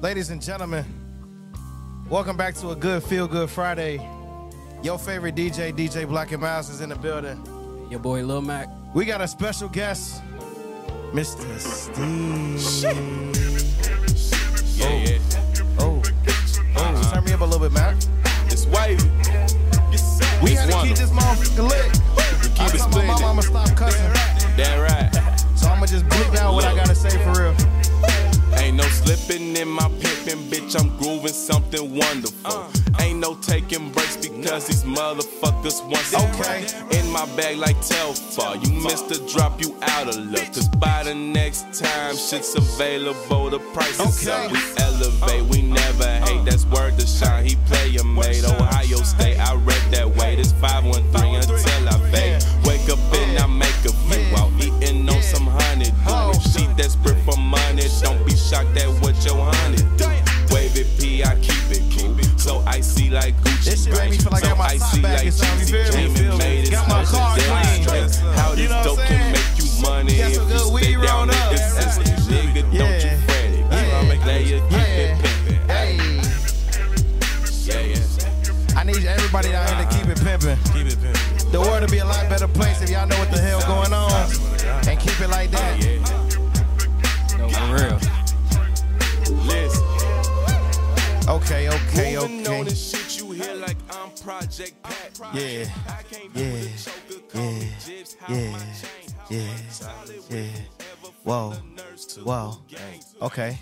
Ladies and gentlemen, welcome back to a good feel good Friday. Your favorite DJ, DJ Black and Miles, is in the building. Your boy Lil Mac. We got a special guest, Mr. Steve. Yeah, yeah. Oh, oh, turn me up a little bit, Mac. It's wavy. We it's had to keep wonderful. this motherfucker lit. I it told my mom splendid. I'ma stop cussing, That so I'ma just bleep out what I gotta say for real. right. Ain't no slipping in my pimpin', bitch. I'm grooving something wonderful. Uh. Ain't no taking breaks because these motherfuckers want some. Okay. In my bag like Telfar. You missed the drop, you out of luck. Cause by the next time, shit's available. The price is Okay. Uh. up. We elevate, we never hate. That's word to shine. He play a mate. Ohio State, I rep that way. This 513 until I fade. Wake up and I make a few while eating on some honey. Oh. Doing she desperate for money. Don't be shocked at what your honey do. Wave it, P, I keep it cool. So icy like Gucci. This shit make me feel like I so got my top icy back or like something, you Jeezy feel me? Dream and made it Got my special. car Demonstrate clean. How You this know what dope I'm can saying? make you money Got if some you good stay weed down rolled up. in this Yeah. system. Nigga, don't Yeah. you fret it. Yeah. Player, keep Yeah. it pimpin'. Hey, Yeah, yeah. I need everybody down here to keep it pimping. Keep it pimpin'. The world would be a lot better place if y'all know what the hell going on and keep it like that. Yeah. No, for real. Listen. Okay, okay, Moving on okay. and shit, you hear like I'm Project Pat. Yeah. I can't Yeah. really choke a couple Yeah. jibs, how Yeah, my chain, how yeah, yeah. Whoa, whoa. Okay.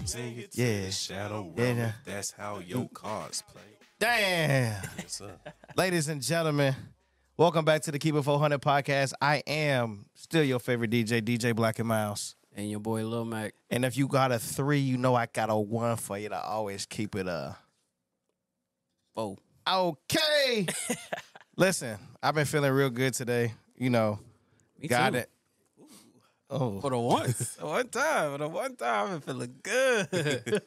Yeah. Shadow Yeah, Realm. yeah. That's how your cards play. Damn. What's up? Ladies and gentlemen, welcome back to the Keep It 400 podcast. I am still your favorite DJ, DJ Black and Miles. And your boy Lil Mac. And if you got a three, you know I got a one for you to always keep it uh Four. Okay. Listen, I've been feeling real good today. You know, Me got too. it. Oh. For the once. One time, the one time, I'm feeling good.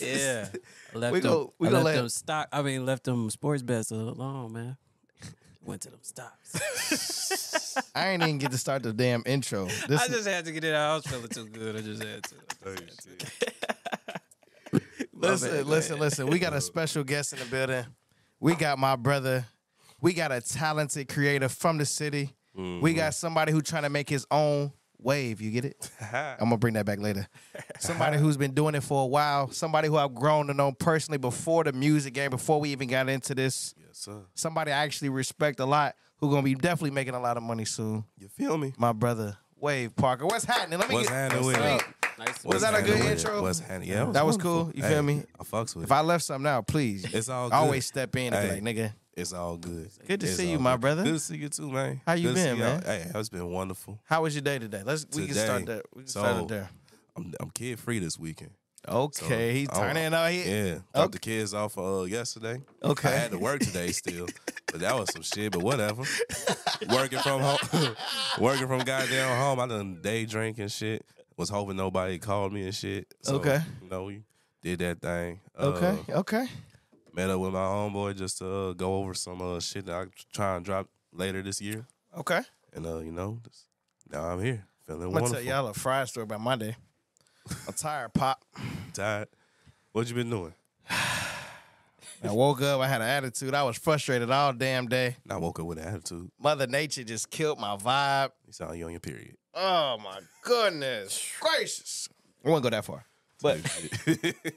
yeah. I left We them, go- we I go left let- them stock. I mean, left them sports bets alone, man. Went to them stops. I ain't even get to start the damn intro. This I just had to get it out. I was feeling too good. I just had to. I just had to. listen, listen, listen. We got a special guest in the building. We got my brother. We got a talented creator from the city. We got somebody who's trying to make his own wave. You get it? I'm gonna bring that back later. Somebody who's been doing it for a while. Somebody who I've grown to know personally before the music game, before we even got into this. Yes, sir. Somebody I actually respect a lot. Who gonna be definitely making a lot of money soon? You feel me? My brother Wave Parker. What's happening? Let me What's get happening with Let me- it? Nice. Was What's that a happening good with it? intro? What's happening? Yeah, it That was wonderful. cool. You feel me? I fucks with If it. I left something out, please. It's all always good. step in and be Hey. like, nigga. It's all good. Good to It's see you, all my good. brother. Good to see you too, man. How you Good to been, see y'all. man? Hey, it's been wonderful. How was your day today? Let's we can start Today. there. We can start So, it there. I'm I'm kid free this weekend. So, Okay, he I- turning out here. Yeah, dropped the kids off uh, yesterday. Okay. I had to work today still, but that was some shit. But whatever. working from home, working from goddamn home. I done day drinking shit. Was hoping nobody called me and shit. So, Okay. You know, we did that thing. Okay, Uh, okay. met up with my homeboy just to uh, go over some uh, shit that I try and drop later this year. Okay. And uh, you know, just, now I'm here feeling I'm gonna wonderful. tell y'all a fried story about my day. I'm tired, pop. Tired. What you been doing? I woke up, I had an attitude. I was frustrated all damn day. And I woke up with an attitude. Mother Nature just killed my vibe. You sound you on your period. Oh my goodness. Gracious. I wouldn't go that far. But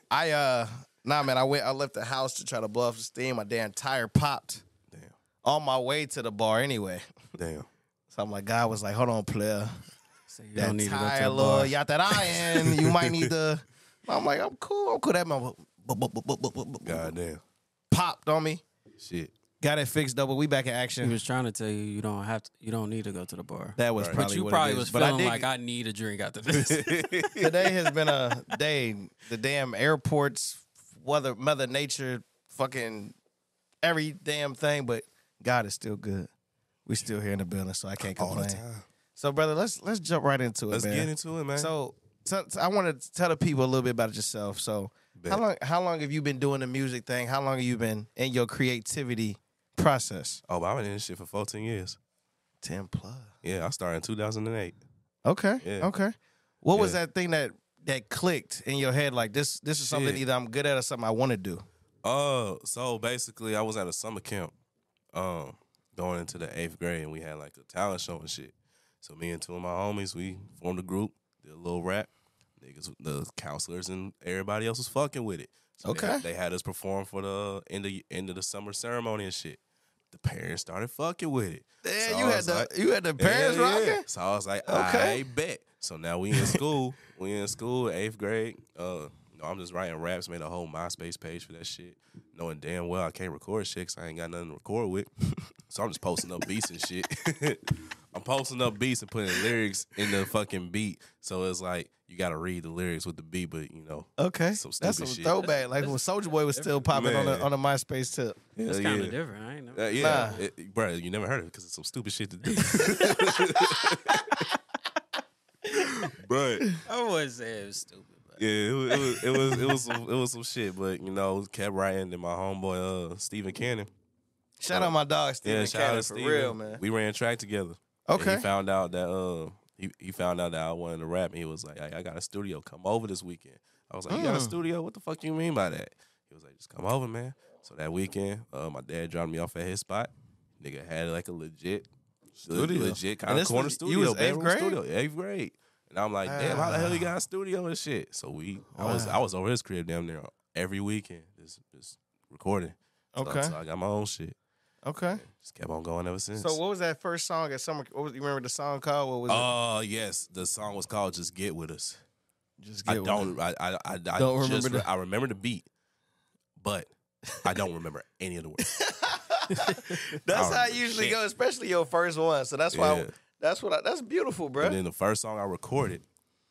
I uh nah man, I went I left the house to try to blow off the steam. My damn tire popped damn, on my way to the bar anyway. damn. So I'm like, God was like, hold on, player. So you That don't need to go to tire, the little bar. yacht that I am, you might need to. I'm like, I'm cool, I'm cool. That man bu- bu- bu- bu- bu- bu- bu- God damn. popped on me. Shit. Got it fixed though, but we back in He action. was trying to tell you you don't have to, you don't need to go to the bar. That was Right. probably but you what probably it is. was but feeling I did, like I need a drink after this. today has been a day. The damn airports, weather, Mother Nature, fucking every damn thing. But God is still good. We still here in the building, so I can't All the complain. time. So, brother, let's let's jump right into it. Let's man. get into it, man. So, t- t- I want to tell the people a little bit about yourself. So, Bet. how long how long have you been doing the music thing? How long have you been in your creativity process? oh, but I've been in this shit for 14 years. Ten plus. Yeah, I started in 2008. Okay. Yeah. Okay. What was Yeah. that thing that that clicked in your head like this this is something Shit. either I'm good at or something I want to do? Uh, so basically, I was at a summer camp, um, going into the eighth grade, and we had like a talent show and shit. So me and two of my homies, we formed a group, did a little rap. Niggas, the counselors and everybody else was fucking with it. So they- Okay. they, had us perform for the end of end of the summer ceremony and shit. The parents started fucking with it. Yeah, So you I had was the like- you had the parents Hell yeah. rocking. So I was like, Okay. I bet. So now we in school. we in school, eighth grade. Uh, you know, I'm just writing raps. Made a whole MySpace page for that shit, knowing damn well I can't record shit because I ain't got nothing to record with. so I'm just posting up beats and shit. I'm posting up beats and putting lyrics in the fucking beat. So it's like you got to read the lyrics with the beat, but you know, Okay, Some that's some stupid shit. throwback. Like when Soldier Boy was still popping on Man. the on the MySpace tip. It's hell kind of yeah. different. I ain't know. Uh, yeah, Nah. it, it- bro, you never heard of it because it's some stupid shit to do. but I wouldn't say it was stupid, but Yeah, it was it was it was, it was, some, it was some shit, but you know, kept writing. And my homeboy uh Stephen Cannon, Shout out my dog Steven yeah, yeah, shout out to for Stephen. real, man. We ran track together. And Okay, he found out that uh he, he found out that I wanted to rap, and he was like, I, I got a studio. Come over this weekend." I was like, "You got a Mm. studio? What the fuck you mean by that?" He was like, "Just come over, man." So that weekend, uh, my dad dropped me off at his spot. Nigga had like a legit Studio. legit And kind of this corner was- you studio, was eighth bedroom grade? studio, eighth grade. And I'm like, damn, how the hell you got a studio and shit? So we, I was, I was over his crib down there every weekend, just, just recording. So- Okay. so, I got my own shit. okay. Just kept on going ever since. So what was that first song at summer? What was, you remember the song called? What was Oh yes, the song was called "Just Get With Us." it? Just I don't, I, I, I, I Don't just remember re- the- I remember the beat, but I don't remember any of the words. That's don't how I remember usually shit. go, especially your first one. So that's why. Yeah. That's what. I, that's beautiful, bro. and then the first song I recorded,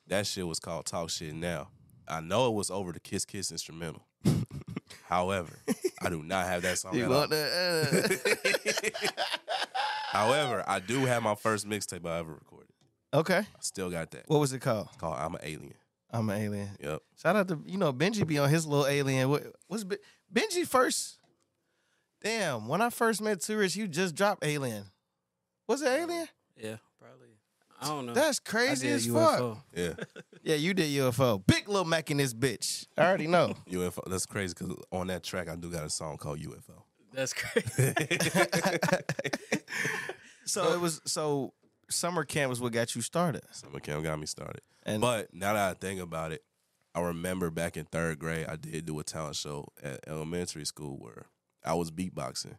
that shit was called "Talk Shit Now." I know it was over the Kiss Kiss instrumental. However, I do not have that song. you at all. want that? However, I do have my first mixtape I ever recorded. uh, okay. I still got that. What was it called? It's called "I'm an Alien." I'm an alien. Yep. Shout out to you know Benji be on his little alien. What was Benji first? Damn, when I first met Too Rich, you just dropped Alien. Was it Alien? yeah, probably. I don't know. That's I crazy did as fuck. UFO. Yeah. Yeah, you did UFO. Big Lil Mac in this bitch. I already know. UFO. That's crazy because on that track I do got a song called UFO. That's crazy. so it was so summer camp was what got you started. Summer camp got me started. And But now that I think about it, I remember back in third grade, I did do a talent show at elementary school where I was beatboxing,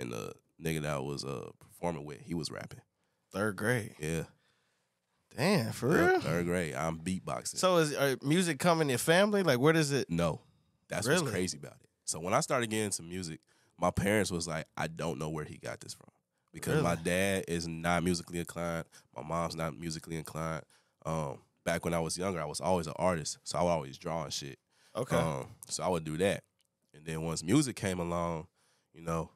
and the nigga that I was uh, performing with, he was rapping. third grade. Yeah, Damn, for Yeah, real. third grade, I'm beatboxing. So is are music coming in your family? Like where does it no, that's Really? what's crazy about it. So when I started getting into music, my parents was like, I don't know where he got this from because my Really? dad is not musically inclined, my mom's not musically inclined. Um, back when I was younger, I was always an artist, so I would always draw and shit. Okay. Um, so I would do that. And then once music came along, you know,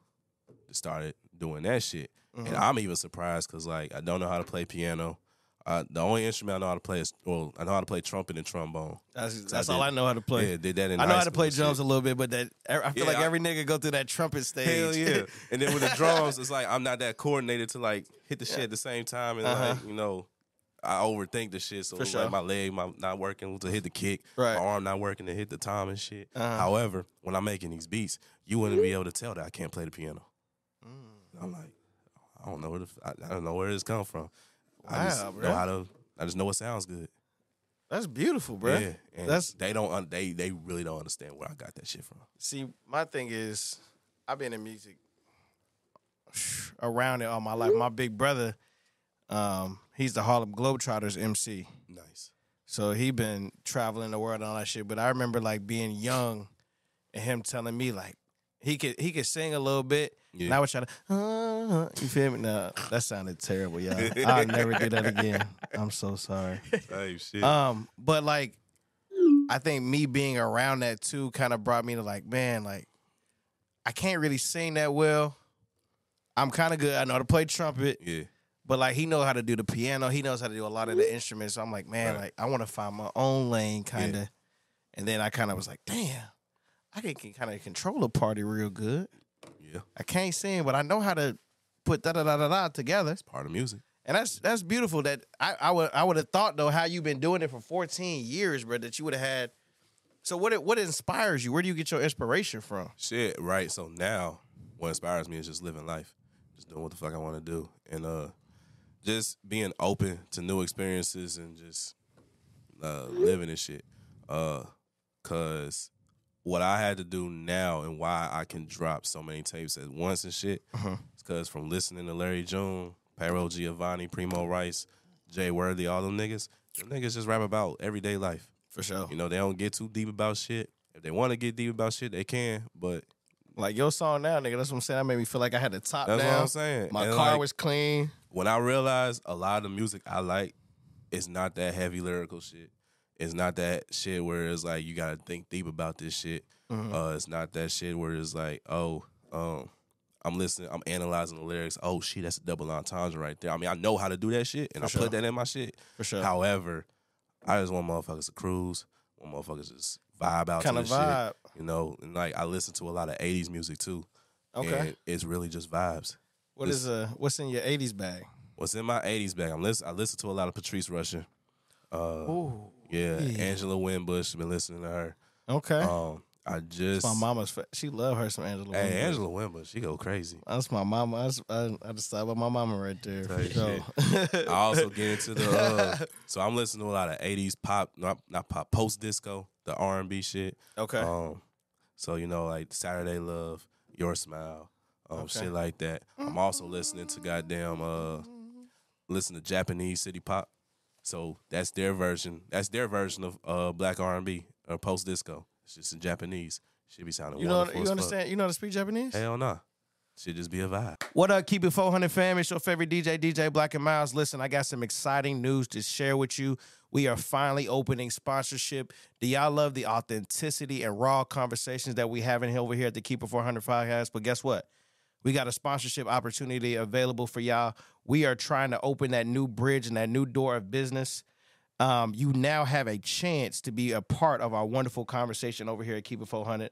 just started doing that shit. And Mhm. I'm even surprised because, like, I don't know how to play piano. Uh, the only instrument I know how to play is, well, I know how to play trumpet and trombone. that's I that's all did- I know how to play. Yeah, did that in I know high how to school play and drums shit. a little bit, but that er, I feel Yeah, like I- every nigga go through that trumpet stage. Hell yeah! and then with the drums, it's like I'm not that coordinated to like hit the shit at the same time, and like Uh-huh. you know, I overthink the shit. So For it's sure. like my leg my, not working to hit the kick, Right. my arm not working to hit the time and shit. Uh-huh. However, when I'm making these beats, you wouldn't be able to tell that I can't play the piano. Mm. I'm like, I don't know where the, f- I, I don't know where this come from. I just Wow, know bruh. how to. I just know what sounds good. That's beautiful, bro. Yeah, and That's they don't. un- They they really don't understand where I got that shit from. see, my thing is, I've been in music around it all my life. My big brother, um, he's the Harlem Globetrotters MC, Nice. so he been traveling the world and all that shit. But I remember like being young, and him telling me like he could he could sing a little bit. And Yeah. I would try to, uh, you feel me? No, that sounded terrible, y'all. I'll never do that again. I'm so sorry. Hey shit. Um, but like, I think me being around that too kind of brought me to like, man, like, I can't really sing that well. I'm kind of good. I know how to play trumpet, yeah. but like, he know how to do the piano. He knows how to do a lot of the instruments. So I'm like, man, Right. like, I want to find my own lane, kind of. And then I kind of was like, damn, I can, can kind of control a party real good. Yeah. I can't sing, but I know how to put da da da da da together. Part of music. And that's that's beautiful. That I, I would I would have thought though how you've been doing it for 14 years, bro. That you would have had. So what what inspires you? Where do you get your inspiration from? Shit, right. So now what inspires me is just living life. Just doing what the fuck I want to do. And uh just being open to new experiences and just uh living and shit. Uh cause what I had to do now and why I can drop so many tapes at once and shit is cause from listening to Larry June, Payroll Giovanni, Primo Rice, Jay Worthy, all them niggas, them niggas just rap about everyday life. For sure. You know, they don't get too deep about shit. If they want to get deep about shit, they can. But Like your song now, nigga. That's what I'm saying. That made me feel like I had the top that's down. what I'm saying. My And, car like, was clean. when I realized a lot of the music I like is not that heavy lyrical shit. It's not that shit where it's like you gotta think deep about this shit. Mm-hmm. Uh, it's not that shit where it's like, oh, um, I'm listening, I'm analyzing the lyrics. Oh shit, that's a double entendre right there. I mean, I know how to do that shit, and I sure. put that in my shit. For sure. However, I just want motherfuckers to cruise. Want motherfuckers to just vibe out Kinda to the vibe. shit. You know, and like I listen to a lot of '80s music too. Okay. and it's really just vibes. What is uh what's in your 80s bag? What's in my '80s bag? I'm listen. I listen to a lot of Patrice Rushen. Uh, Ooh. Yeah, Angela Winbush. Been listening to her. Okay. Um, I just my mama's fa- she love her some Angela. Hey, Winbury. Angela Winbush. She go crazy. That's my mama. That's, I, I decided about my mama right there. For Type sure. I also get into the. Uh, so I'm listening to a lot of '80s pop, not not pop, post disco, the R&B shit. okay. Um, so you know, like Saturday Love, Your Smile, um, Okay. shit like that. I'm also listening to goddamn uh, listen to Japanese city pop. So that's their version. That's their version of uh black R and B or post disco. It's just in Japanese. Should be sounding you know wonderful. as you fuck. understand you know how to speak Japanese? Hell nah. Should just be a vibe. What up, Keep It 400 fam? It's your favorite DJ, DJ Black and Miles. Listen, I got some exciting news to share with you. We are finally opening sponsorship. Do y'all love the authenticity and raw conversations that we having over here at the Keep It 400 podcast? But guess what? We got a sponsorship opportunity available for y'all. We are trying to open that new bridge and that new door of business. Um, you now have a chance to be a part of our wonderful conversation over here at Keep It 400.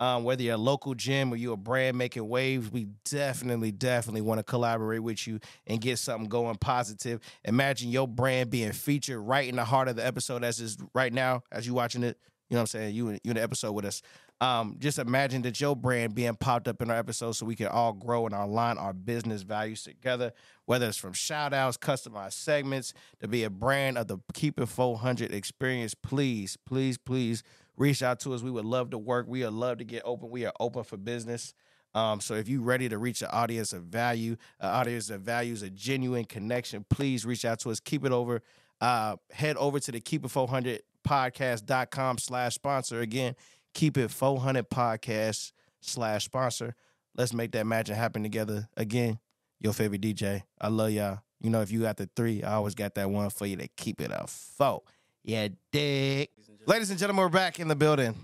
Um, whether you're a local gym or you're a brand making waves, we definitely, definitely want to collaborate with you and get something going positive. Imagine your brand being featured right in the heart of the episode as is right now, as you watching it. You know what I'm saying? You in- you in the episode with us. Um, just imagine that your brand being popped up in our episode so we can all grow and align our business values together, whether it's from shout outs, customized segments, to be a brand of the Keep It 400 experience. Please, please, please reach out to us. We would love to work. We would love to get open. We are open for business. Um, so if you're ready to reach an audience of value, an audience that values a genuine connection, please reach out to us. Keep it over. Uh, head over to the Keep It 400 podcast.com slash sponsor. Again, Keep It 400 podcast slash sponsor. Let's make that magic happen together. Again, your favorite DJ. I love y'all. You know, if you got the three, I always got that one for you to keep it a four. Yeah, dick. Ladies and gentlemen, we're back in the building.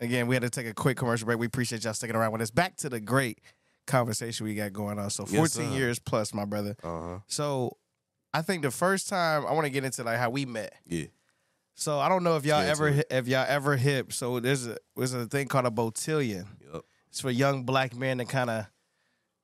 Again, we had to take a quick commercial break. We appreciate y'all sticking around with us. Back to the great conversation we got going on. So Yes, 14 sir. years plus, my brother. Uh huh. So I think the first time I want to get into like how we met. Yeah. So I don't know if y'all Yeah, ever too. hi- if y'all ever hip. So there's a there's a thing called a botillion. Yup. It's for young black men to kind of,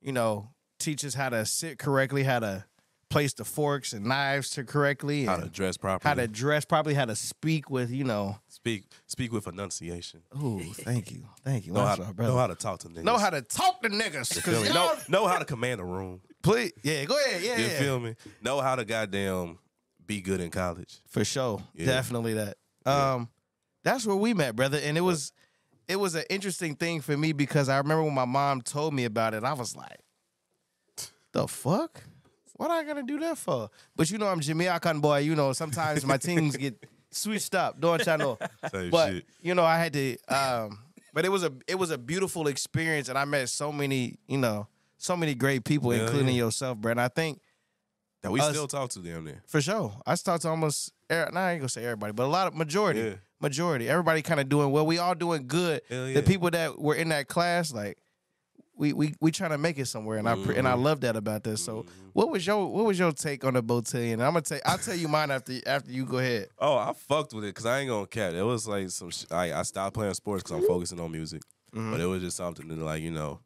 you know, teach us how to sit correctly, how to place the forks and knives to correctly, How and to dress properly. how to dress properly, how to speak with you know. speak speak with enunciation. Ooh, thank you, thank you. Know how, That's to, our brother. know how to talk to niggas. know how to talk to niggas. Feel Cause me? y'all, know, know how to command a room. please, yeah, go ahead, yeah, You yeah. feel me? Know how to goddamn be good in college. For sure. Yeah. Definitely that. Um that's where we met, brother. And it was it was an interesting thing for me because I remember when my mom told me about it, I was like, the fuck? What I gonna do that for? But you know I'm Jamaican boy, you know, sometimes my things get switched up, don't you know? Same but shit. you know, I had to um but it was a it was a beautiful experience and I met so many, you know, so many great people, Hell including yeah. yourself, bro. And I think That we us- still talk to them there. for sure. I just talked to almost. er- Nah, I ain't gonna say everybody, but a lot of majority, Yeah. majority. Everybody kind of doing well. We all doing good. Hell yeah. The people that were in that class, like we we we trying to make it somewhere, and I pre- Mm-hmm. and I love that about this. So, what was your what was your take on the botillion? I'm gonna take. I'll tell you mine after after you go ahead. Oh, I fucked with it because I ain't gonna cap. It was like some. Sh- I I stopped playing sports because Mm-hmm. I'm focusing on music, but it was just something to like you know,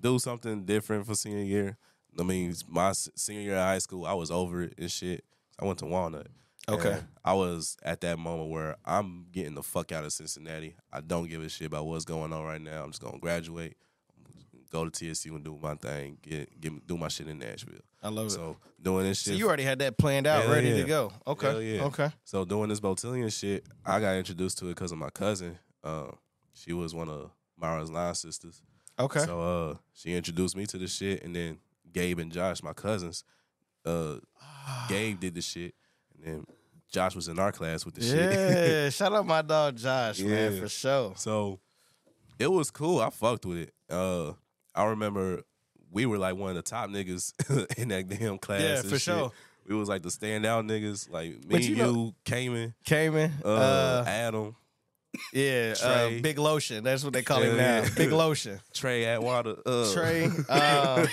do something different for senior year. I mean, my s- senior year of high school, I was over it and shit. I went to Walnut. Okay. And I was at that moment where I'm getting the fuck out of Cincinnati. I don't give a shit about what's going on right now. I'm just gonna graduate, go to TSU and do my thing. Get get do my shit in Nashville. I love it. So doing this So shit. you already had that planned out, Hell ready yeah. to go. Okay. Hell yeah. Okay. So doing this Botillion shit, I got introduced to it because of my cousin. Uh, she was one of Myra's line sisters. Okay. So uh, she introduced me to the shit, and then Gabe and Josh, my cousins, uh, Ah. Gabe did the shit, and then Josh was in our class with the shit. yeah. Shout out my dog Josh, man, Yeah. for sure. so it was cool. I fucked with it. Uh, I remember we were like one of the top niggas in that damn class. Yeah, and for shit. sure. We was like the standout niggas, like me, But you, you know- Cayman, Cayman. uh, Adam, yeah. Trey. Uh, Big Lotion. That's what they call him Yeah, now. yeah. Big Lotion. Trey Atwater, uh, Trey. Uh,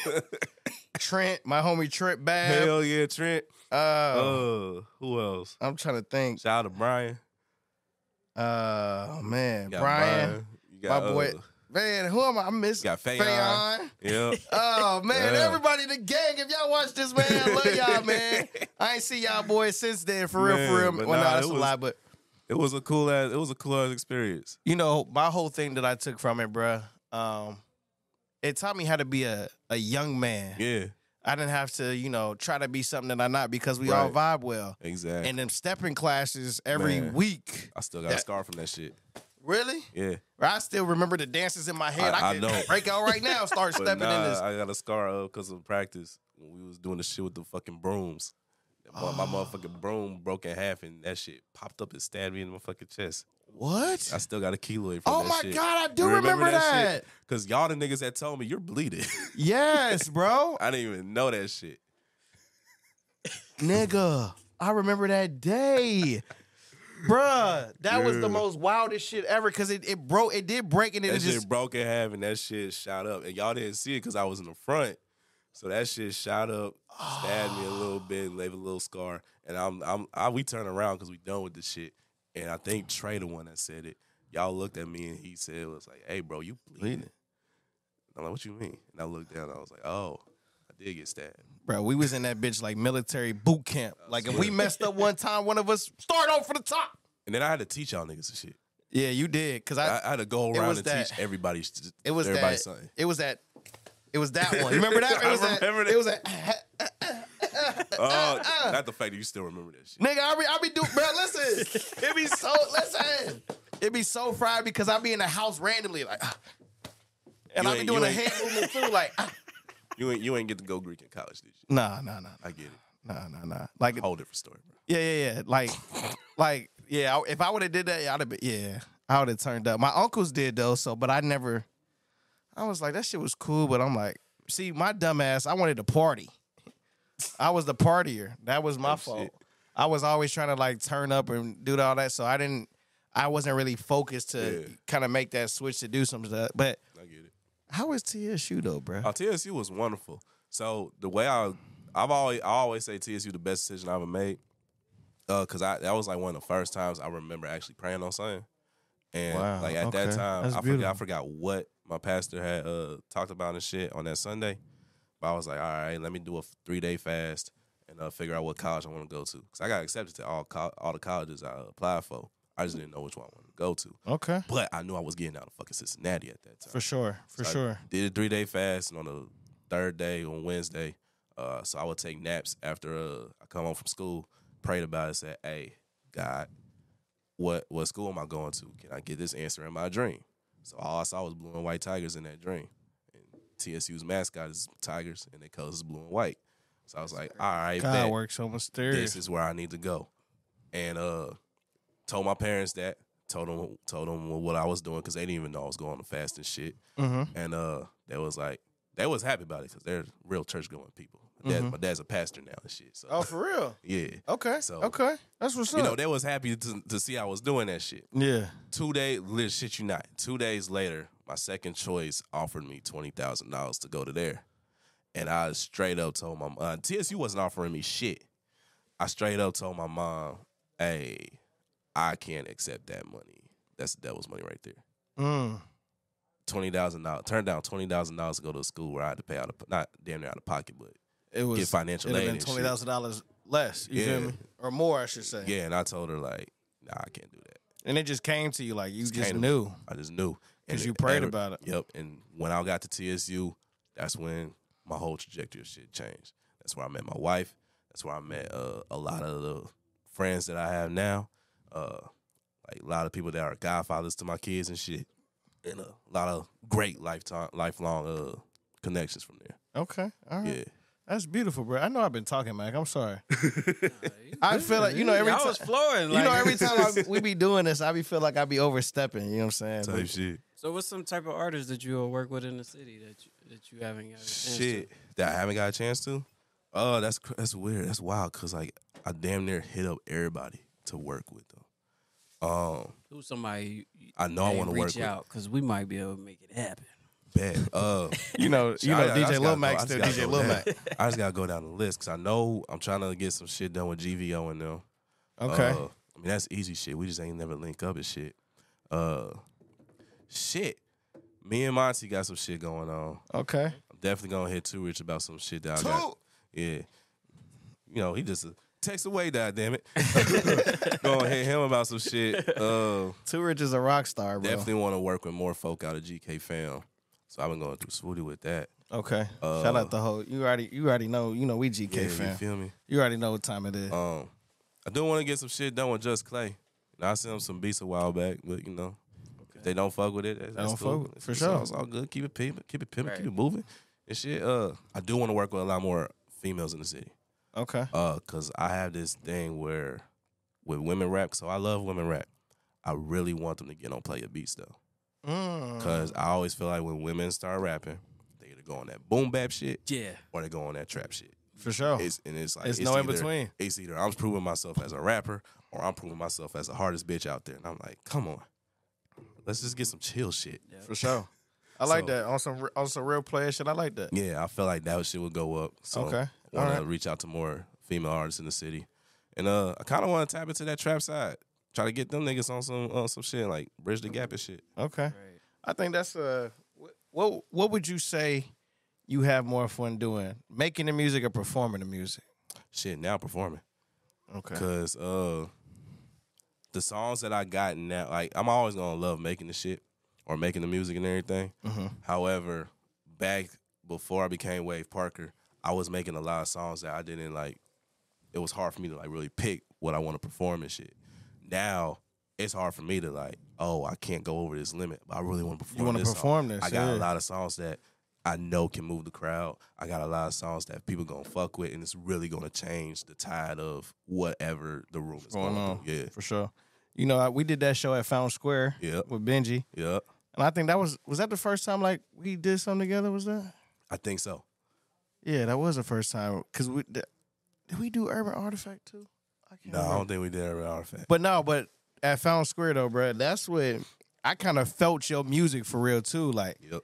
Trent. My homie Trent Bab. Hell yeah, Trent. Uh, Uh, who else? I'm trying to think. Shout out to Brian. Uh, man, You got Brian. You got, my boy. uh, Man, who am I? I miss you got Fayon. Fayon. Yeah. Oh man, Yeah. everybody in the gang, if y'all watch this, man, I love y'all, man. I ain't see y'all boys since then, for real, Man, for real. but Well, nah, nah, that's it a was- lie, but it was a cool ass. It was a cool ass experience. you know, my whole thing that I took from it, bruh, um, it taught me how to be a, a young man. Yeah. I didn't have to, you know, try to be something that I'm not because we all vibe well. Exactly. And them stepping classes every Man. week. I still got a that- scar from that shit. Really? Yeah. I still remember the dances in my head. I- I, I could know. break out right now and start But stepping nah, in this. I got a scar up because of practice when we was doing the shit with the fucking brooms. My, Ah. my motherfucking broom broke in half and that shit popped up and stabbed me in my fucking chest. What? I still got a keloid from Oh that my shit. God, I do You remember, that. Cause y'all the niggas that told me you're bleeding. Yes, bro. I didn't even know that shit. Nigga, I remember that day. Bruh, that was the Yeah. most wildest shit ever because it, it broke, it did break and then That it shit just. broke in half and that shit shot up. And y'all didn't see it because I was in the front. So that shit shot up, Ah. stabbed me a little bit, left a little scar. And I'm I'm I, we turn around because we done with this shit. And I think Trey the one that said it. Y'all looked at me and he said it was like, hey bro, you bleeding. I'm like, what you mean? And I looked down, I was like, oh, I did get stabbed. Bro, we was in that bitch like military boot camp. Like if we swear. messed up one time, one of us start off for the top. And then I had to teach y'all niggas and shit. Yeah, you did. Cause I, I, I had to go it around was and that- teach everybody. st- it was everybody that, something. it was that, it was that one. You remember that? It I was that, remember that. it was that, Oh, not the fact that you still remember that shit. nigga, I be, I be do, bro, listen. It be so, listen. It be so fried because I be in the house randomly like, ah. and You I be ain't- doing you a ain't- hand movement too like, ah. You ain't you ain't get to go Greek in college, did you? Nah, nah, nah, I get it. nah, nah, nah. Like, Whole different story, bro. yeah, yeah, yeah. Like, like, yeah. I- If I would have did that, I'd have been. Yeah, I would have turned up. My uncles did though, so but I never. I was like, that shit was cool, but I'm like, see, my dumb ass, I wanted to party. I was the partier. That was my fault. I was always trying to like turn up and do all that, so I didn't. I wasn't really focused to Yeah. kind of make that switch to do some stuff. But I get it. how is TSU though, bro? Oh, TSU was wonderful. So the way I I've always I always say TSU the best decision I ever made. Uh, cause I that was like one of the first times I remember actually praying on something. And Wow, like at that okay. time, That's I forgot I beautiful. forgot what my pastor had uh talked about and shit on that Sunday. But I was like, all right, let me do a three day fast and uh, figure out what college I want to go to. Cause I got accepted to all col all the colleges I applied for. I just didn't know which one I wanted to go to. Okay, But I knew I was getting out of fucking Cincinnati at that time. for sure, for So I sure. Did a three day fast, and on the third day on Wednesday, uh, so I would take naps after uh, I come home from school. Prayed about it. Said, "Hey, God, what what school am I going to? Can I get this answer in my dream?" So all I saw was blue and white tigers in that dream. And TSU's mascot is tigers, and their colors is blue and white. So I was like, "All right, God bet works so mysterious. this is where I need to go. And uh told my parents that, told them told them what I was doing cuz they didn't even know I was going to fast and shit. Mhm. And uh they was like they was happy about it cuz they're real church going people. My, dad, my dad's a pastor now and shit. So Mm-hmm. Oh, for real? yeah. Okay. So- okay. That's what's up. You know, they was happy to, to see I was doing that shit. yeah. Two days, lit shit you not. Two days later, my second choice offered me twenty thousand dollars to go to there, and I straight up told my mom. Uh, TSU wasn't offering me shit. I straight up told my mom, "Hey, I can't accept that money. That's the devil's money right there." Mm. twenty thousand dollars. Turned down twenty thousand dollars to go to a school where I had to pay out of not damn near out of pocket, but It was Get financial it'd aid have been and shit. twenty thousand dollars less. You feel Yeah. me? Or more, I should say. yeah. And I told her like, nah, I can't do that. And it just came to you like you just came to- knew. I just knew 'Cause And you prayed and- about it. Yep. And when I got to TSU, that's when my whole trajectory of shit changed. That's where I met my wife. That's where I met uh, a lot of the friends that I have now. Uh, like a lot of people that are godfathers to my kids and shit, and a lot of great lifetime, lifelong uh, connections from there. Okay. All right. Yeah. That's beautiful, bro. I know I've been talking, Mac. I'm sorry. I feel like you know every I was time. flooring. You know, every time I, we be doing this, I be feel like I be overstepping. You know what I'm saying? Type But- shit. so, what's some type of artist that you will work with in the city that you, that you haven't got a chance to? Shit that I haven't got a chance to. Oh, that's cr- that's weird. That's wild. Cause like I damn near hit up everybody to work with them. Um, Who's somebody you, I know I hey, want to work reach out because we might be able to make it happen. with. Bet. Uh, You know, you I- know, I just DJ gotta Lil go- Mac I just Uh, still gotta DJ go Lil down. Mac. I just gotta go down the list because I know I'm trying to get some shit done with GVO and them. Okay. Uh, I mean that's easy shit. We just ain't never link up and shit. Uh, shit. Me and Monty got some shit going on. Okay. I'm definitely gonna hit Too Rich about some shit that I got. Yeah. You know, he just uh, text away, god damn it. Go and hit him about some shit. Uh, Two Rich is a rock star, bro. definitely want to work with more folk out of GK fam. So I've been going through Swooty with that. Okay. Uh, Shout out the whole. You already, you already know. You know, we GK yeah, you fan. feel me? You already know what time it is. Um, I do want to get some shit done with Just Clay. And I sent him some beats a while back, but you know, if they don't fuck with it, that- that's don't cool. fuck with- for It's all- sure. It's all good. Keep it pimping, keep it pimping, Right. keep it moving. And shit, uh, I do want to work with a lot more females in the city. okay. Uh, cause I have this thing where with women rap, so I love women rap. I really want them to get on player beats though, Mm. cause I always feel like when women start rapping, they either go on that boom bap shit Yeah. or they go on that trap shit. For sure. It's and it's like Oh. It's no in either- between. It's either I'm proving myself as a rapper or I'm proving myself as the hardest bitch out there, and I'm like, come on, let's just get some chill shit. For sure. I like So- that on some re- on some real player shit. I like that. Yeah, I feel like that shit would go up. So Okay. All want to right. reach out to more female artists in the city, and uh, I kind of want to tap into that trap side. Try to get them niggas on some on some shit like bridge the gap and shit. Okay. Right. I think that's uh wh- what what would you say you have more fun doing? Making the music or performing the music? Shit, now performing Okay. because uh, the songs that I got now, like I'm always gonna love making the shit or making the music and everything. Mhm. However, back before I became Wave Parker, I was making a lot of songs that I didn't like. It was hard for me to like really pick what I want to perform and shit. Now it's hard for me to like, oh, I can't go over this limit, but I really want to perform. You want to this song. perform this? I got a yeah. lot of songs that I know can move the crowd. I got a lot of songs that people gonna fuck with, and it's really gonna change the tide of whatever the room is going going, on. through. Yeah, for sure. You know, I, we did that show at Fountain Square Yep. with Benji, yeah, and I think that was was that the first time like we did something together. Was that? I think so. Yeah, that was the first time because we did, did we do Urban Artifact too? I can't No, I don't think we did every artifact. But no, but at Fountain Square though, bro, that's what I kind of felt your music for real too. Like Yep.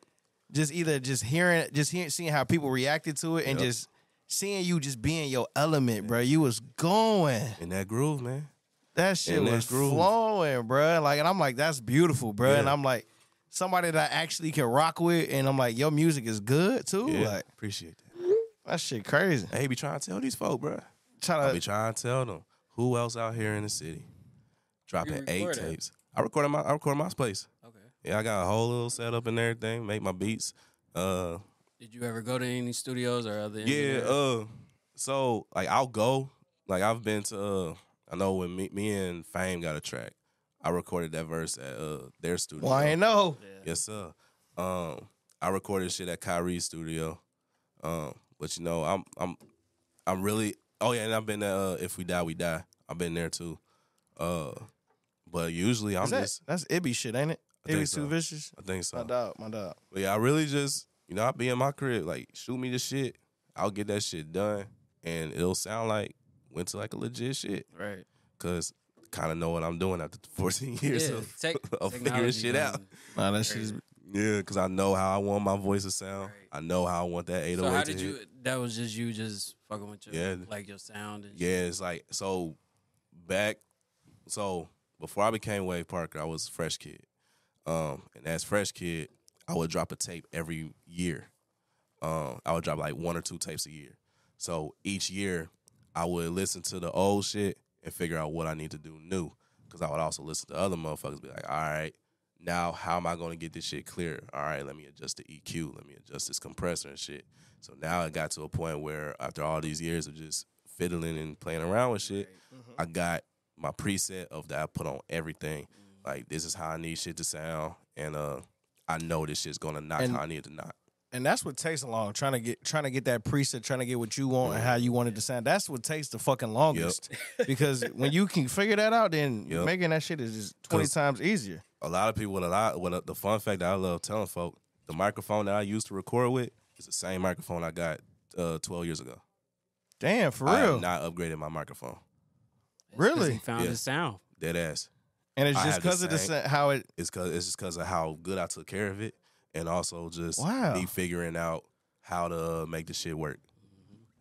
just either just hearing, just hearing, seeing how people reacted to it, and Yep. just seeing you just being your element, bro. You was going. in that groove, man. That shit And that was groove. flowing, bro. Like, and I'm like, that's beautiful, bro. And Yeah. I'm like, somebody that I actually can rock with, and I'm like, your music is good too. Yeah, Like, appreciate that. that shit crazy. Hey, be trying to tell these folk, bruh. I Try be to, trying to tell them who else out here in the city dropping eight recorded? tapes. I recorded my I recorded my space. Okay. Yeah, I got a whole little setup and everything. Make my beats. Uh, Did you ever go to any studios or other? yeah. engineers? Uh, so like I'll go. Like I've been to. Uh, I know when me, me and Fame got a track. I recorded that verse at uh their studio. well, I know. Yes, sir. Um, I recorded shit at Kyrie's studio. Um, but you know, I'm I'm I'm really oh yeah, and I've been at uh, if we die, we die. I've been there too. Uh but usually I'm Is that, just that's Ibby shit, ain't it? I think Ibby so. Too Vicious. I think My so. dog, my dog. But yeah, I really just you know, I be in my crib, like shoot me the shit, I'll get that shit done and it'll sound like went to like a legit shit. Right. Cause kinda know what I'm doing after fourteen years yeah. of, Tech, of figuring technology shit done. out. Nah, that shit's Yeah, because I know how I want my voice to sound. Right. I know how I want that 808 So how to did hit. you? That was just you just fucking with your Yeah. like your sound and Yeah, it's like so back so before I became Wave Parker, I was Fresh Kid. Um and as Fresh Kid, I would drop a tape every year. Um, I would drop like one or two tapes a year. So each year, I would listen to the old shit and figure out what I need to do new. Because I would also listen to other motherfuckers. Be like, all right, now how am I going to get this shit clear? All right, let me adjust the EQ. Let me adjust this compressor and shit. So now it got to a point where after all these years of just fiddling and playing around with shit, I got my preset of that I put on everything. Like this is how I need shit to sound, and uh, I know this shit's gonna knock And- how I need it to knock. And that's what takes long. Trying to get trying to get that preset, trying to get what you want and how you want it to sound. That's what takes the fucking longest. because when you can figure that out, then Yep. making that shit is just twenty 'Cause- times easier. A lot of people, what a lot, what the fun fact that I love telling folk, the microphone that I used to record with is the same microphone I got uh, twelve years ago. Damn, for I real. have not upgraded my microphone. really. He found Yeah. his sound. Dead ass. And it's I just have the because of the same. sa- how it It's cause it's just cause of how good I took care of it, and also just Wow. me figuring out how to uh, make the shit work.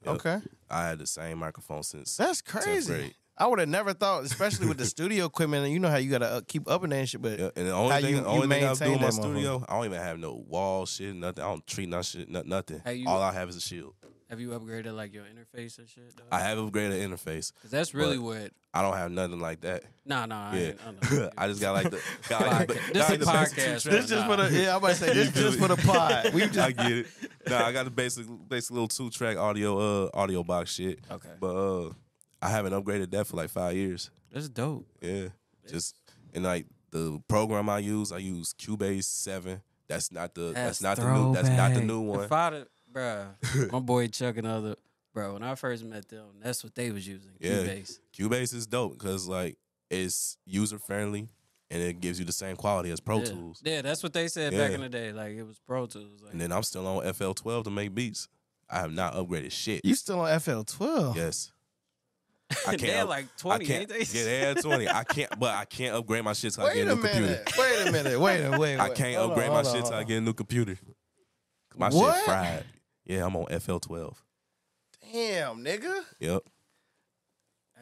Yep. Okay. I had the same microphone since That's tenth crazy. grade. I would have never thought, especially with the studio equipment, and you know how you gotta uh, keep up and shit. But Yeah, and the How only thing, you- the you only thing I do maintain in my that motherfucker. studio, I don't even have no wall shit, nothing. I don't treat no shit, no- nothing. How you- All I have is a shield. Have you upgraded like your interface and shit? Though? I have a greater interface. Cause that's really but- what. I don't have nothing like that. Nah, nah. I, Yeah, ain't- I, know. I just got like the got like the, Podcast. got This like a the basic podcast, two man. this tracks. just Nah. for the yeah, I'm about to say this just for the pod. We I just get it. Nah, I got the basic basic little two track audio uh audio box shit. Okay. But uh, I haven't upgraded that for like five years. That's dope. Yeah. Just and like the program I use, I use Cubase seven. That's not the that's, not the new that's not the new one. If I'd, bruh, my boy Chuck and other, bro. When I first met them, that's what they was using. Yeah. Cubase. Cubase is dope because like it's user friendly and it gives you the same quality as Pro yeah. Tools. Yeah, that's what they said back Yeah. in the day. Like it was Pro Tools. Like, And then I'm still on FL12 to make beats. I have not upgraded shit. you still on FL twelve. Yes. I they can't. had, like I twenty, can't. ain't they? Yeah, they had 20. I can't, but I can't upgrade my shit till I Wait get a a new computer. minute. Wait a minute. Wait a wait. I wait. can't Hold on, upgrade hold my on, shit hold till I on. get a new computer. My What? shit fried. Yeah, I'm on FL12. Damn, nigga. Yep.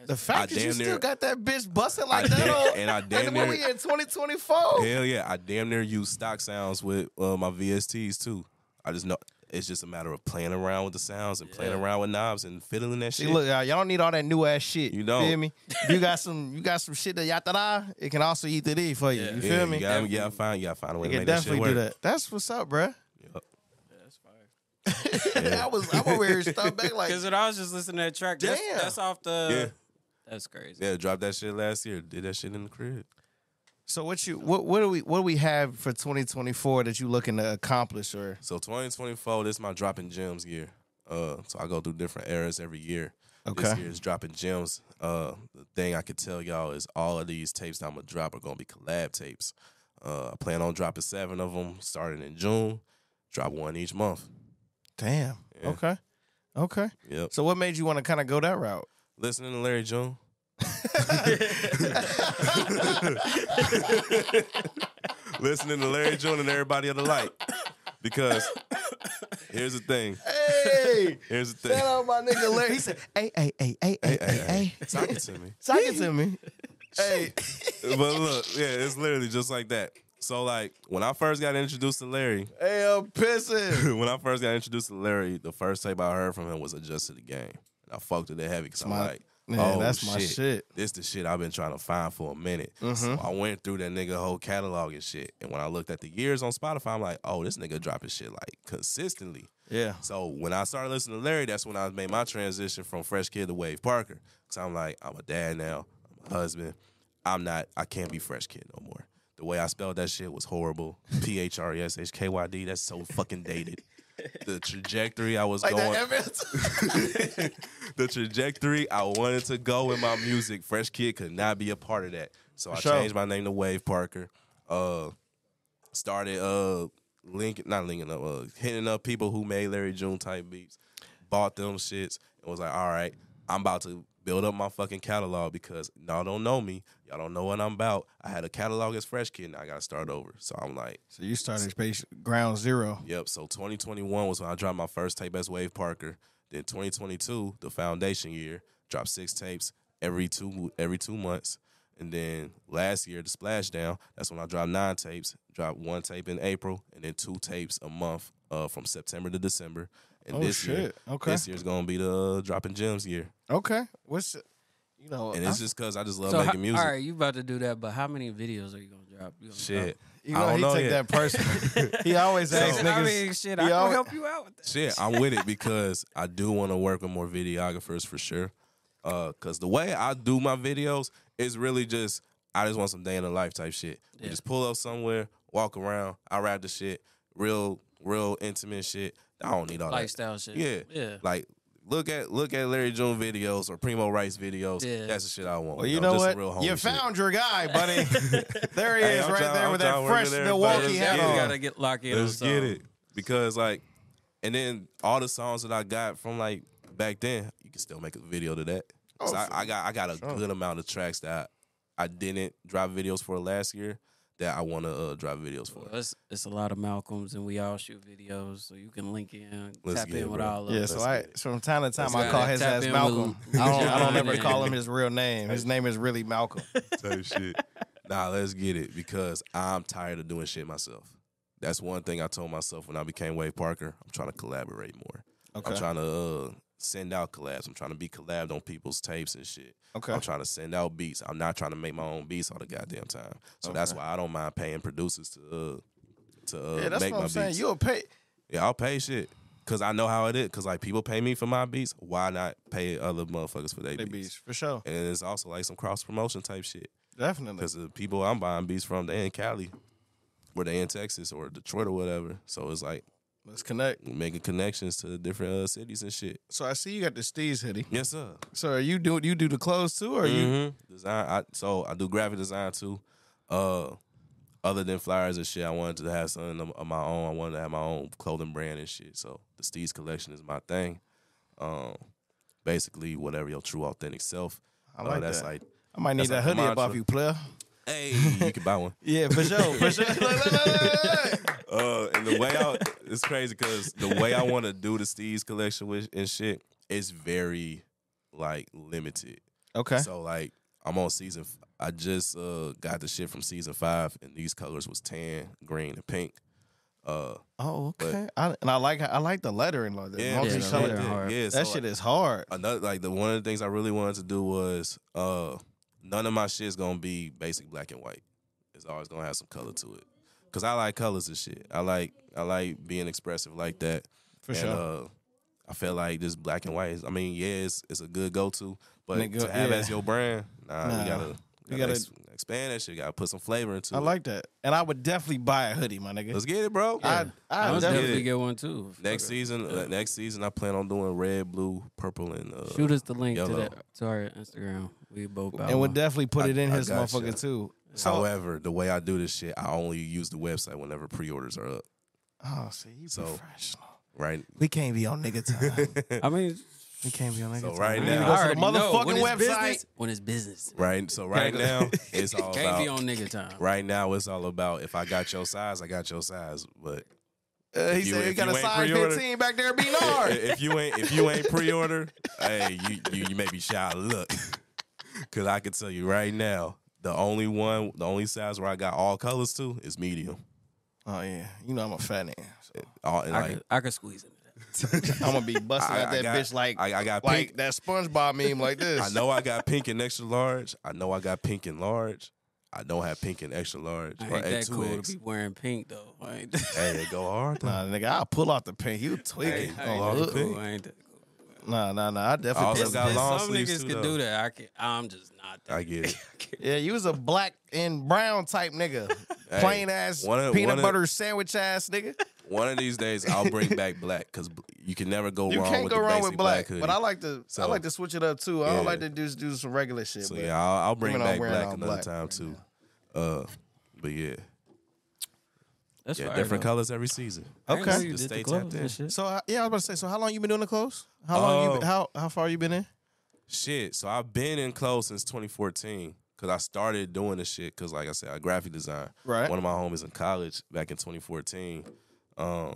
The fact that you damn still near- got that bitch busting I like that damn- on, and I damn and when near- we in 2024. Hell yeah, I damn near use stock sounds with uh, my VSTs too. I just know it's just a matter of playing around with the sounds and playing around with knobs and fiddling that See, shit. look, y'all, y'all don't need all that new ass shit. You don't. feel me? You got some, you got some shit that y'all thought it can also eat the D for you. You yeah, feel me? You gotta, you gotta find, you gotta find a way You to can make that shit definitely work. do that. That's what's up, bruh. Yep. I was, I'm over here stuck back like, Because when I was just listening to that track, that's, Damn. that's off the. That's crazy. Yeah, dropped that shit last year. Did that shit in the crib. so what you, what, what do we, what do we have for 2024 that you looking to accomplish or? So 2024, this is my dropping gems year. Uh, so I go through different eras every year. This Okay. year is dropping gems. Uh, the thing I could tell y'all is all of these tapes that I'm gonna drop are gonna be collab tapes. Uh, I plan on dropping seven of them starting in June. Drop one each month. Damn. Yeah. Okay. Okay. Yep. So what made you want to kind of go that route? Listening to Larry June. Listening to Larry June and everybody of the like. Because here's the thing. Hey, Here's the shout thing. out my nigga Larry. He said, hey, hey, hey, hey, hey, hey, hey. Talk it to me. Talk it to me. Hey, but look, yeah, it's literally just like that. So like when I first got introduced to Larry, hey, I'm pissing. when I first got introduced to Larry, the first tape I heard from him was Adjust to the Game. And I fucked with it heavy because I'm my- like, man, oh, that's my shit. This the shit I've been trying to find for a minute. So I went through that nigga whole catalog and shit. And when I looked at the years on Spotify, I'm like, oh, this nigga dropping shit like consistently. Yeah. So when I started listening to Larry, that's when I made my transition from Fresh Kid to Wave Parker. Cause I'm like, I'm a dad now, I'm a husband. I'm not, I can't be Fresh Kid no more. The way I spelled that shit was horrible. P H R E S H K Y D. That's so fucking dated. The trajectory I was Like going, that FL. the trajectory I wanted to go in my music, Fresh Kid could not be a part of that. So I sure. changed my name to Wave Parker. Uh, started uh linking, not linking up, uh, hitting up people who made Larry June type beats, bought them shits, and was like, all right, I'm about to build up my fucking catalog because y'all don't know me, y'all don't know what I'm about. I had a catalog as Fresh Kid, now I got to start over. So I'm like. So you started space ground zero. Yep. So 2021 was when I dropped my first tape as Wave Parker. Then 2022, the foundation year, dropped six tapes every two every two months. And then last year, the Splashdown, that's when I dropped nine tapes. Dropped one tape in April, and then two tapes a month uh, from September to December. And Oh, this year, shit. Okay. this year's gonna be the uh, dropping gems year. Okay. What's you know? And it's just cause I just love So, making how- music. all right, you about to do that, but how many videos are you gonna drop? You gonna Shit, you I know don't he know take yet. that personal. he always Drop? asks Listen, I niggas. mean, shit, I he can always- help you out with that. shit, I'm with it because I do want to work with more videographers for sure. Uh, cause the way I do my videos is really just I just want some day in the life type shit. We Yeah. just pull up somewhere, walk around, I rap the shit, real, real intimate shit. I don't need all that. Lifestyle shit. Yeah. yeah. Like look at look at Larry June videos or Primo Rice videos. Yeah. That's the shit I want. Well, you know though, just what? Some real homie You shit. found your guy, buddy. there he Hey, is, I'm right trying- there I'm with trying that to fresh work with Milwaukee everybody. hat Yeah. You on. gotta get locked in. Let's on get something. it because like, and then all the songs that I got from like back then, you can still make a video to that. 'Cause Oh, I, for- I got I got a sure. good amount of tracks that I, I didn't drop videos for last year that I want to uh, drop videos for. Well, it's, it's a lot of Malcolms, and we all shoot videos, so you can link in, Let's tap get in it, with bro. all of Yeah, us. so Let's I get it. from time to time Let's I get call it. his Tap ass in with Malcolm. Lil I don't, I don't John ever and- call him his real name. His name is really Malcolm. type shit. Nah, let's get it because I'm tired of doing shit myself. That's one thing I told myself when I became Wave Parker. I'm trying to collaborate more. I'm trying to uh, send out collabs. I'm trying to be collabed on people's tapes and shit. Okay. I'm trying to send out beats. I'm not trying to make my own beats all the goddamn time. So that's Okay. why I don't mind paying producers to uh, to uh, Yeah, that's make what my I'm saying. beats. You'll pay. yeah, I'll pay shit because I know how it is. Because like people pay me for my beats, why not pay other motherfuckers for their They beats? beats for sure. And it's also like some cross promotion type shit Definitely. because the people I'm buying beats from they in Cali, or they in Texas or Detroit or whatever. So it's like Let's connect. making connections to different uh, cities and shit. So I see you got the Steez hoodie. Yes, sir. So are you do you do the clothes too, or you? Mhm. design. I, so I do graphic design too. Uh, other than flyers and shit, I wanted to have something of- of my own. I wanted to have my own clothing brand and shit. So the Steez collection is my thing. Um, basically whatever your true authentic self. Uh, I like that's that. like, I might need That's that like a hoodie up off mantra. you, player. hey, you can buy one. Yeah, for sure, for sure. Look, look, look, look, look, look. Uh, and the way I, it's crazy because the way I want to do the Steez collection with and shit, it's very like limited. Okay. So like I'm on season. f- I just uh, got the shit from season five, and these colors was tan, green, and pink. Uh, oh, okay. I, and I like how- I like the lettering like that. yeah, multi- yeah, multicolored. yeah. yeah, hard. yeah, so, That like, shit is hard. another like the one of the things I really wanted to do was uh, none of my shit's gonna be basic black and white. It's always gonna have some color to it, cause I like colors and shit. I like I like being expressive like that. For and, sure. Uh, I feel like this black and white. Is, I mean, yeah, it's, it's a good go to, but Nigga, to have yeah. as your brand, nah, Nah. you gotta. You You gotta- gotta, ex- expand that shit. Gotta put some flavor into I it. like that. And I would definitely buy a hoodie, my nigga. Let's get it, bro. I, I I would definitely, definitely it. get one too. Next Fuck it. season, uh, next season, I plan on doing red, blue, purple, and uh, Shoot us the link yellow. to that to our Instagram. We both buy and would one. definitely put I- it in I his gotcha. motherfucker too. However, the way I do this shit, I only use the website whenever pre-orders are up. Oh, see, you So- professional. Right. We can't be on nigga time. I mean, we can't be on nigga So time. right We now- need to I go to already the know motherfucking when it's website. business- when it's business. Right. So right now, it's all Can't be about. on nigga time. Right now, it's all about if I got your size, I got your size. But Uh, he If you- said he if got you a ain't size pre-order- 15 back there being i- hard. if you ain't if you ain't pre-order, hey, you you, you may be shy of luck. Cause I can tell you right now, the only one, the only size where I got all colors to is medium. oh yeah, you know I'm a fat nigga. so All and I, like could, I could squeeze it. I'm gonna be busting I- out I that got- bitch like I, I got like pink. that SpongeBob meme like this. I know I got pink and extra large. I know I got pink and large. I don't have pink and extra large I or ain't that X cool two to X. be wearing pink though. I ain't that Hey, it go hard. though. Nah, nigga, I'll pull out the pink. You tweaking? Hey, Oh, I look. love the cool. I ain't that cool. Nah, nah, nah. I definitely. Also pull got out- There's long some sleeves niggas too, can though. do that. I can. I'm just not. That. I get it. yeah, you was a black and brown type nigga, plain ass one of- peanut one of- butter sandwich ass nigga. One of these days, I'll bring back black because you can never go You wrong. can't with go the wrong basic with black, hoodie. but I like to I So- like to switch it up too. I don't Yeah. like to just do some regular shit. So but yeah, I'll, I'll bring Even though I'm back wearing black all another black time right too. Uh, but yeah, That's yeah, fire, different though. colors every season. I ain't Okay. know you Just did the stay clothes tapped and in. shit. So I- yeah, I was about to say. So how long you been doing the clothes? How long you Oh. been, how how far you been in? Shit. So I've been in clothes since 2014 because I started doing this shit because, like I said, I graphic design. Right. One of my homies in college back in 2014 um,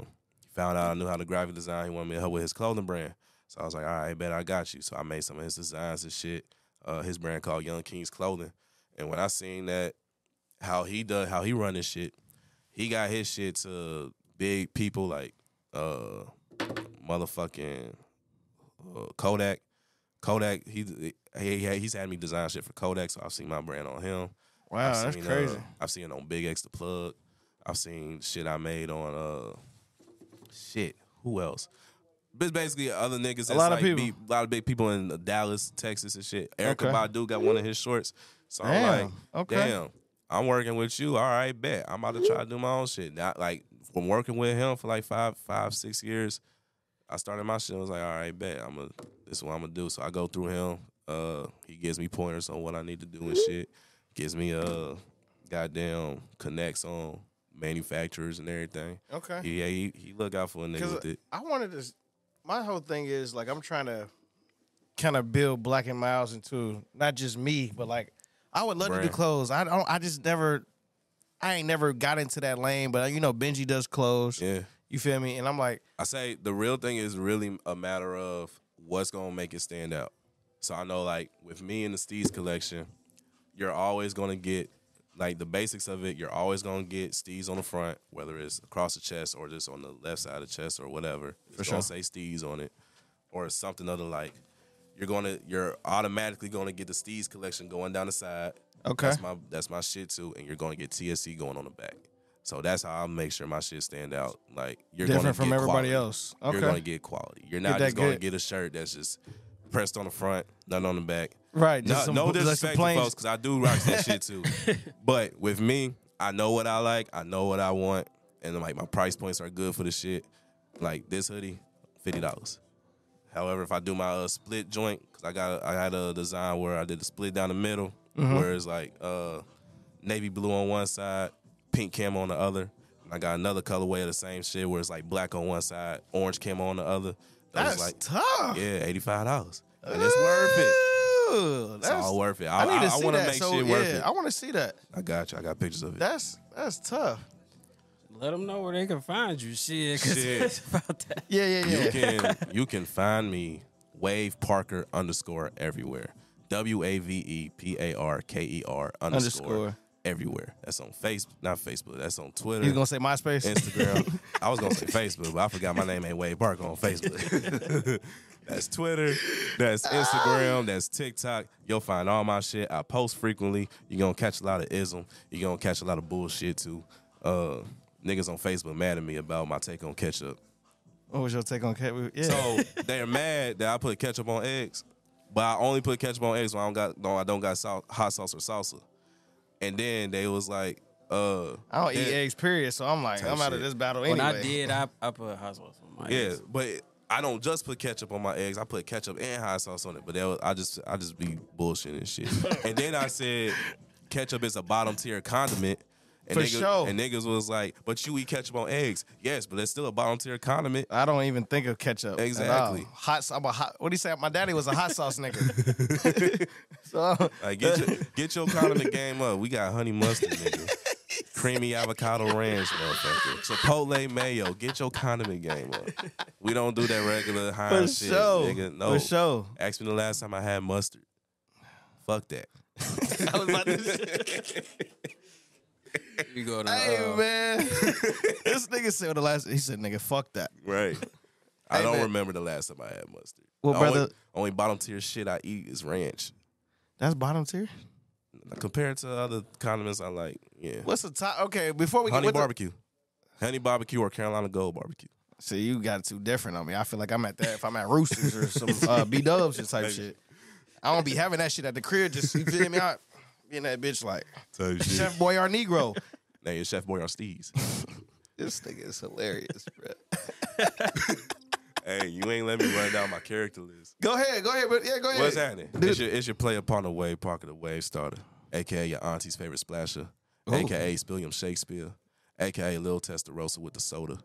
found out I knew how to graphic design. He wanted me to help with his clothing brand. So I was like, all right, bet I got you. So I made some of his designs and shit. Uh, his brand called Young Kings Clothing. And when I seen that, how he does, how he run his shit, he got his shit to big people like uh motherfucking uh, Kodak. Kodak, he, he he he's had me design shit for Kodak, so I've seen my brand on him. Wow, I've Oh, that's seen, crazy. Uh, I've seen on Big X the Plug. I've seen shit I made on uh shit. Who else? But basically, other niggas. that's lot of like people. Be, a lot of big people in Dallas, Texas, and shit. Erica Okay. Badu got one of his shorts. So I'm Damn, like, okay. damn, I'm working with you. All right, bet I'm about to try to do my own shit. Not like from working with him for like five, five, six years. I started my shit. I was like, all right, bet I'm gonna. This is what I'm gonna do. So I go through him. Uh, he gives me pointers on what I need to do and shit. Gives me uh, goddamn connects on manufacturers and everything. okay. Yeah, he, he look out for a nigga with Because it. I wanted to. My whole thing is like I'm trying to kind of build Black and Miles into not just me, but like I would love to do Brand. clothes. I don't. I just never. I ain't never got into that lane, but you know Benji does clothes. Yeah. You feel me? And I'm like, I say the real thing is really a matter of what's gonna make it stand out. So I know like with me and the Steez collection, you're always gonna get like the basics of it, you're always gonna get Steez on the front, whether it's across the chest or just on the left side of the chest or whatever. It's gonna say Steez on it. Or something other like. You're gonna you're automatically gonna get the Steez collection going down the side. Okay. That's my that's my shit too, and you're gonna get TSC going on the back. So that's how I make sure my shit stand out. Like you're gonna Different from get everybody quality. else. You're Okay. gonna get quality. You're not that just gonna good. get a shirt that's just pressed on the front, nothing on the back. Right, No, just some no bu- like some disrespect, to plain- folks, because I do rock that shit too. But with me, I know what I like. I know what I want, and like my price points are good for the shit. Like this hoodie, fifty dollars. However, if I do my uh, split joint, because I got I had a design where I did the split down the middle, Mm-hmm. where it's like uh, navy blue on one side, pink camo on the other. And I got another colorway of the same shit where it's like black on one side, orange camo on the other. That was that's like tough. yeah, eighty five dollars. And it's worth it. Ooh, It's that's- all worth it. I, I need to see want to that. make so, shit yeah, worth it. I want to see that. I got you. I got pictures of it. That's that's tough. Let them know where they can find you. Shit, 'cause Shit. it's about that. Yeah, yeah, yeah. You can you can find me Wave Parker underscore everywhere. W A V E P A R K E R underscore Underscore. everywhere. That's on Facebook, not Facebook. That's on Twitter, He's gonna say MySpace. Instagram. I was gonna say Facebook, but I forgot my name ain't Wave Parker on Facebook. that's Twitter. Ah. That's Instagram. That's TikTok. You'll find all my shit. I post frequently. You're gonna catch a lot of ism. You're gonna catch a lot of bullshit too. Uh, niggas on Facebook mad at me about my take on ketchup. What was your take on cat? Yeah. So they're mad that I put ketchup on eggs, but I only put ketchup on eggs when I don't got no, I don't got sau- hot sauce or salsa. And then they was like, uh, I don't eat that- eggs, period. So I'm like, Type I'm out of shit. this battle When anyway. I did, I, I put hot sauce on my Yeah, eggs. but I don't just put ketchup on my eggs. I put ketchup and hot sauce on it. But that was, I just I just be bullshitting and shit. and then I said ketchup is a bottom tier condiment. And For niggas, sure. And niggas was like, but you eat ketchup on eggs. Yes, but it's still a bottom tier condiment. I don't even think of ketchup. at all. Exactly. Hot. s- I'm a hot. What do you say? My daddy was a hot sauce nigga. so Like get your get your condiment game up. We got honey mustard, nigga. Creamy avocado ranch, motherfucker. Chipotle mayo. Get your condiment game up. We don't do that regular for Heinz shit, sure, nigga. No. for sure. Ask me the last time I had mustard. Fuck that. I was about to say, You go Uh-uh. to hey uh, man, this nigga said the last. He said, "Nigga, fuck that." Right. I Hey, don't man. remember the last time I had mustard. Well, The only- brother- only bottom tier shit I eat is ranch. That's bottom tier. Compared to other condiments I like, yeah. What's the top? Okay, before we Honey get what barbecue. Honey barbecue or Carolina Gold barbecue. The, see, you got it too different on me. I feel like I'm at that. If I'm at Roosters or some uh, B Dubs and type shit, I don't be having that shit at the crib. Just you feel me? I, being that bitch like Chef Boy or Negro. Now your chef boy on Steve's. This nigga is hilarious, bro. hey, you ain't let me run down my character list. Go ahead, go ahead, but yeah, go ahead. What's happening? It's your, it's your play upon the wave, Parker the Wave Starter, aka your auntie's favorite splasher, aka William Shakespeare, aka Lil Testarossa with the soda,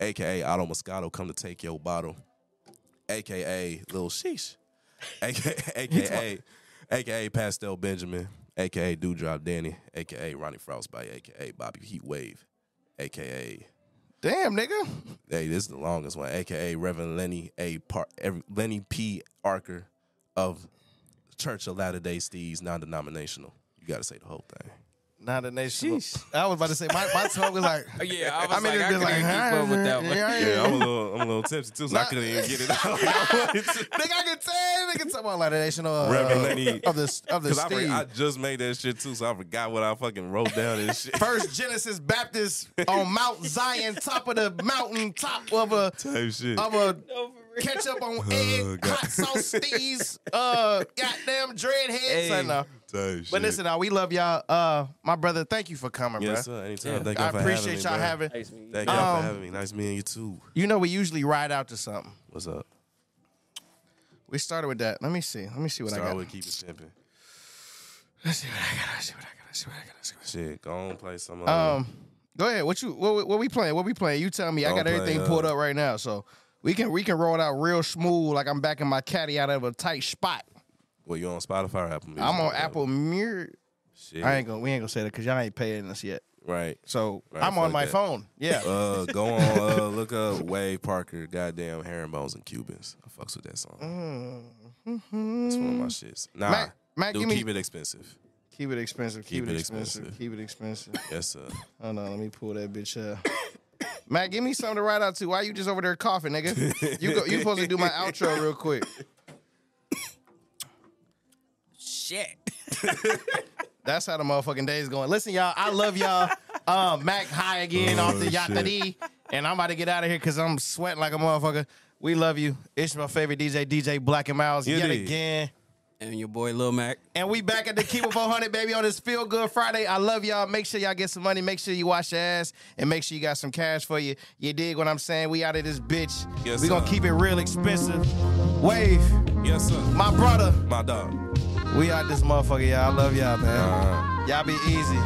aka Otto Moscato come to take your bottle, aka Lil Sheesh, aka aka, aka Pastel Benjamin, aka Dewdrop Danny, aka Ronnie Frostbite, aka Bobby Heat Wave, aka Damn, nigga. hey, this is the longest one, aka Reverend Lenny A. Par- Ev- Lenny P. Arker of Church of Latter Day Steeds, non-denominational. You You gotta say the whole thing. Not a nation. I was about to say my, my tongue was like, Oh, Yeah, I was mean, like, I couldn't keep up with that one. Yeah, I'm a little, I'm a little tipsy too, so I couldn't even get it out. Nigga, I can tell. Nigga, talking about like the nation of, Reverend uh, of the of the Cause I, Steve. forgot- I just made that shit too, so I forgot what I fucking wrote down and shit. First Genesis Baptist on Mount Zion, top of the mountain, top of a Type shit. of a ketchup on egg, God. hot sauce steez, uh, goddamn dreadheads. Hey. and, uh, Type But shit. listen, now we love y'all. Uh, my brother, thank you for coming, yes, bro. sir. Anytime. Yeah. Thank y'all I for appreciate y'all having me, bro. having. Thank y'all Um, for having me. Nice meeting you too. You know, we usually ride out to something. What's up? We started with that. Let me see. Let me see what I Start got. with keep it simping. Let's see what I got. Let's see what I got. Let's see what I got. Let's see what Shit, go on play some. I Um, got. Um, go ahead. What you? What, what we playing? What we playing? You tell me. I Don't got play, everything uh, pulled up right now, so we can we can roll it out real smooth, like I'm back in my caddy out of a tight spot. well, you on Spotify or Apple Music? I'm on bro? Apple Mirror. Shit. I ain't gonna. We ain't gonna say that because y'all ain't paying us yet. right. So Right, I'm on fuck my that. phone. Yeah. Uh, go on. Uh, look up Wade Parker. Goddamn herringbones and Cubans. I fucks with that song. That's one of my shits. Nah, Mm-hmm. Mac- Mac, do give me- keep it expensive. keep it expensive. Keep, Keep it it expensive. expensive. Keep it expensive. Yes, sir. Hold on, let me pull that bitch up. Matt, give me something to ride out to. Why you just over there coughing, nigga? You go, you supposed to do my outro real quick. Shit. That's how the motherfucking day is going. Listen, y'all, I love y'all. Um, Mac high again Oh, off the Yatta D, and I'm about to get out of here because I'm sweating like a motherfucker. We love you. It's my favorite DJ, DJ Black and Miles, It yet is. again. And your boy Lil Mac. And we back at the Keep It 400, baby, on this Feel Good Friday. I love y'all. Make sure y'all get some money. Make sure you wash your ass. And make sure you got some cash for you. You dig what I'm saying? We out of this bitch. Yes, we going to sir. keep it real expensive. Wave, Yes, sir. my brother. My dog. We out this motherfucker, y'all. I love y'all, man. Uh, Y'all be easy.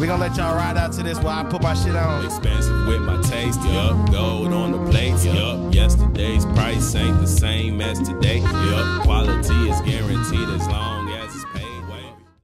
We gonna let y'all ride out to this while I put my shit on. Expensive with my taste, yup. Gold on the plates, yup. Yesterday's price ain't the same as today, yup. Quality is guaranteed as long